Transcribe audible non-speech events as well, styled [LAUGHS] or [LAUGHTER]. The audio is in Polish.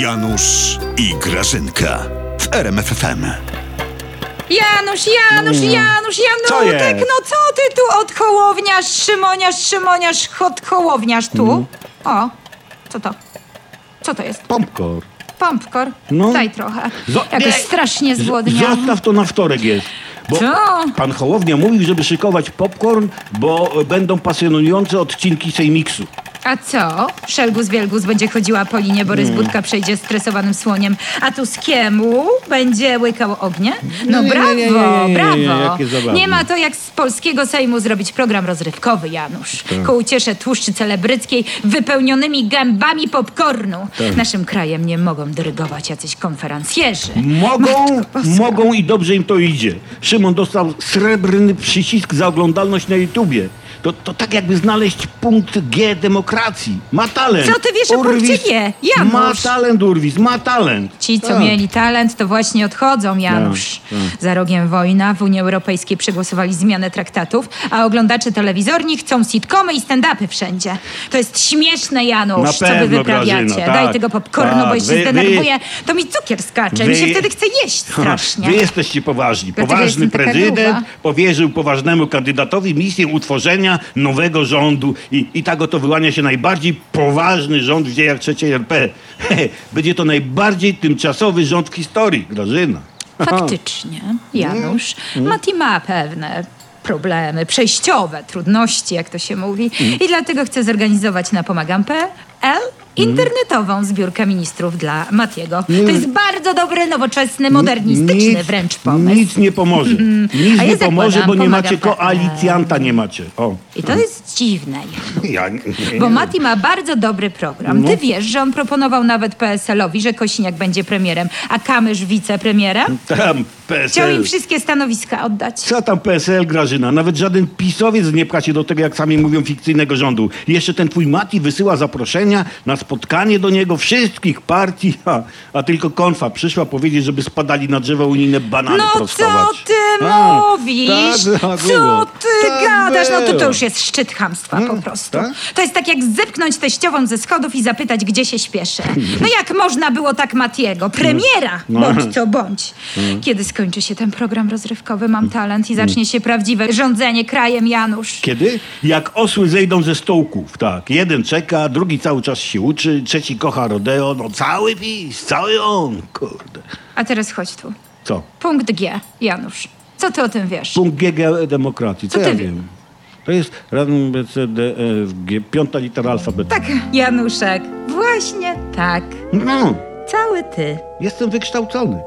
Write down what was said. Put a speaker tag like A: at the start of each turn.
A: Janusz i Grażynka w RMFFM.
B: Janusz, Janusz, Janusz,
C: Co
B: Janutek,
C: jest?
B: no co ty tu odkołowniasz, Szymoniarz, Szymoniarz, odkołowniasz
C: Mm.
B: tu? O, co to? Co to jest?
C: Pompkor.
B: Pompkor?
C: No.
B: Daj trochę.
C: Zo-
B: Jakoś
C: Nie.
B: strasznie
C: Z-
B: zgłodniałam.
C: Zostaw to na wtorek jest. Bo
B: Co?
C: pan Hołownia mówił, żeby szykować popcorn, bo e, będą pasjonujące odcinki Sejmiksu.
B: A co? Szelgus Wielgus będzie chodziła po linie, Borys Budka przejdzie stresowanym słoniem, a tu z kiemu będzie łykał ognie? No
C: Nie, nie,
B: brawo,
C: nie, nie, nie, nie,
B: brawo.
C: nie, jakie zabawne.
B: nie ma to jak z polskiego Sejmu zrobić program rozrywkowy, Janusz.
C: Tak.
B: Ku uciesze tłuszczy celebryckiej wypełnionymi gębami popcornu.
C: Tak.
B: Naszym krajem nie mogą dyrygować jacyś konferencjerzy. No
C: Mogą, mogą i dobrze im to idzie. Szymon dostał srebrny przycisk za oglądalność na YouTubie. To, to tak jakby znaleźć punkt G demokracji. Ma talent.
B: Co ty wiesz o punkcie
C: Urwis-
B: G? Janusz.
C: Ma talent, Urwis, ma talent.
B: Ci, co
C: Tak.
B: mieli talent, to właśnie odchodzą, Janusz. Za rogiem wojna w Unii Europejskiej przegłosowali zmianę traktatów, a oglądacze telewizorni chcą sitcomy i stand-upy wszędzie. To jest śmieszne, Janusz,
C: Na
B: co wy
C: pewno,
B: wyprawiacie.
C: Grażyno,
B: Daj
C: tak,
B: tego popcornu,
C: tak.
B: bo jeszcze
C: Wy- wy-
B: zdenerwuję. To mi cukier skacze, mi
C: wy-
B: się wtedy chce jeść strasznie.
C: Wy jesteście poważni.
B: Dlatego
C: Poważny
B: jestem taka
C: prezydent
B: gruba.
C: powierzył poważnemu kandydatowi misję utworzenia nowego rządu i, i tak oto wyłania się najbardziej poważny rząd w dziejach III RP. Będzie to najbardziej tymczasowy rząd w historii, Grażyna.
B: Faktycznie, Janusz.
C: Mm.
B: Mati ma pewne problemy przejściowe, trudności, jak to się mówi.
C: Mm.
B: I dlatego chcę zorganizować na pomagam.pl internetową zbiórkę ministrów dla Matiego. To jest bardzo dobry, nowoczesny, modernistyczny
C: Nic-
B: wręcz pomysł.
C: Nic nie pomoże.
B: [LAUGHS]
C: Nic
B: A ja
C: nie pomoże,
B: zakładam,
C: bo nie
B: pomaga
C: macie
B: PRL.
C: koalicjanta, nie macie. O.
B: I to jest dziwne.
C: Ja, nie- nie- No.
B: Bo Mati ma bardzo dobry program. Ty wiesz, że on proponował nawet PSL-owi, że Kosiniak będzie premierem, a Kamysz wicepremierem?
C: Tam
B: Chciał
C: PSL.
B: im wszystkie stanowiska oddać.
C: Co tam PSL, Grażyna? Nawet żaden pisowiec nie pcha się do tego, jak sami mówią, fikcyjnego rządu. Jeszcze ten twój Mati wysyła zaproszenia na spotkanie do niego wszystkich partii, [LAUGHS] a, a tylko konfa przyszła powiedzieć, żeby spadali na drzewa unijne banany
B: No co
C: prostować.
B: ty
C: A,
B: mówisz?
C: tak, tak
B: co
C: było.
B: ty
C: Tak
B: gadasz? No to, to
C: było.
B: już jest szczyt chamstwa po prostu.
C: tak?
B: To jest tak jak zepchnąć teściową ze schodów i zapytać, gdzie się śpieszę. No jak można było tak Matiego? Premiera!
C: Hmm. No.
B: Bądź co bądź. Kiedy skończy się ten program rozrywkowy Mam
C: Hmm.
B: Talent i zacznie się prawdziwe rządzenie krajem, Janusz?
C: Kiedy? Jak osły zejdą ze stołków, tak. Jeden czeka, drugi cały czas się uczy, trzeci kocha rodeo. No cały PiS, cały on, kurde.
B: A teraz chodź tu.
C: Co?
B: Punkt G, Janusz. Co ty o tym wiesz?
C: Punkt GG E demokracji, co,
B: Co
C: ja
B: ty wie-
C: wiem? To jest razem B, C, D, E, F, G, piąta litera alfabetu.
B: Tak, Januszek. Właśnie tak.
C: No,
B: Cały ty.
C: jestem wykształcony.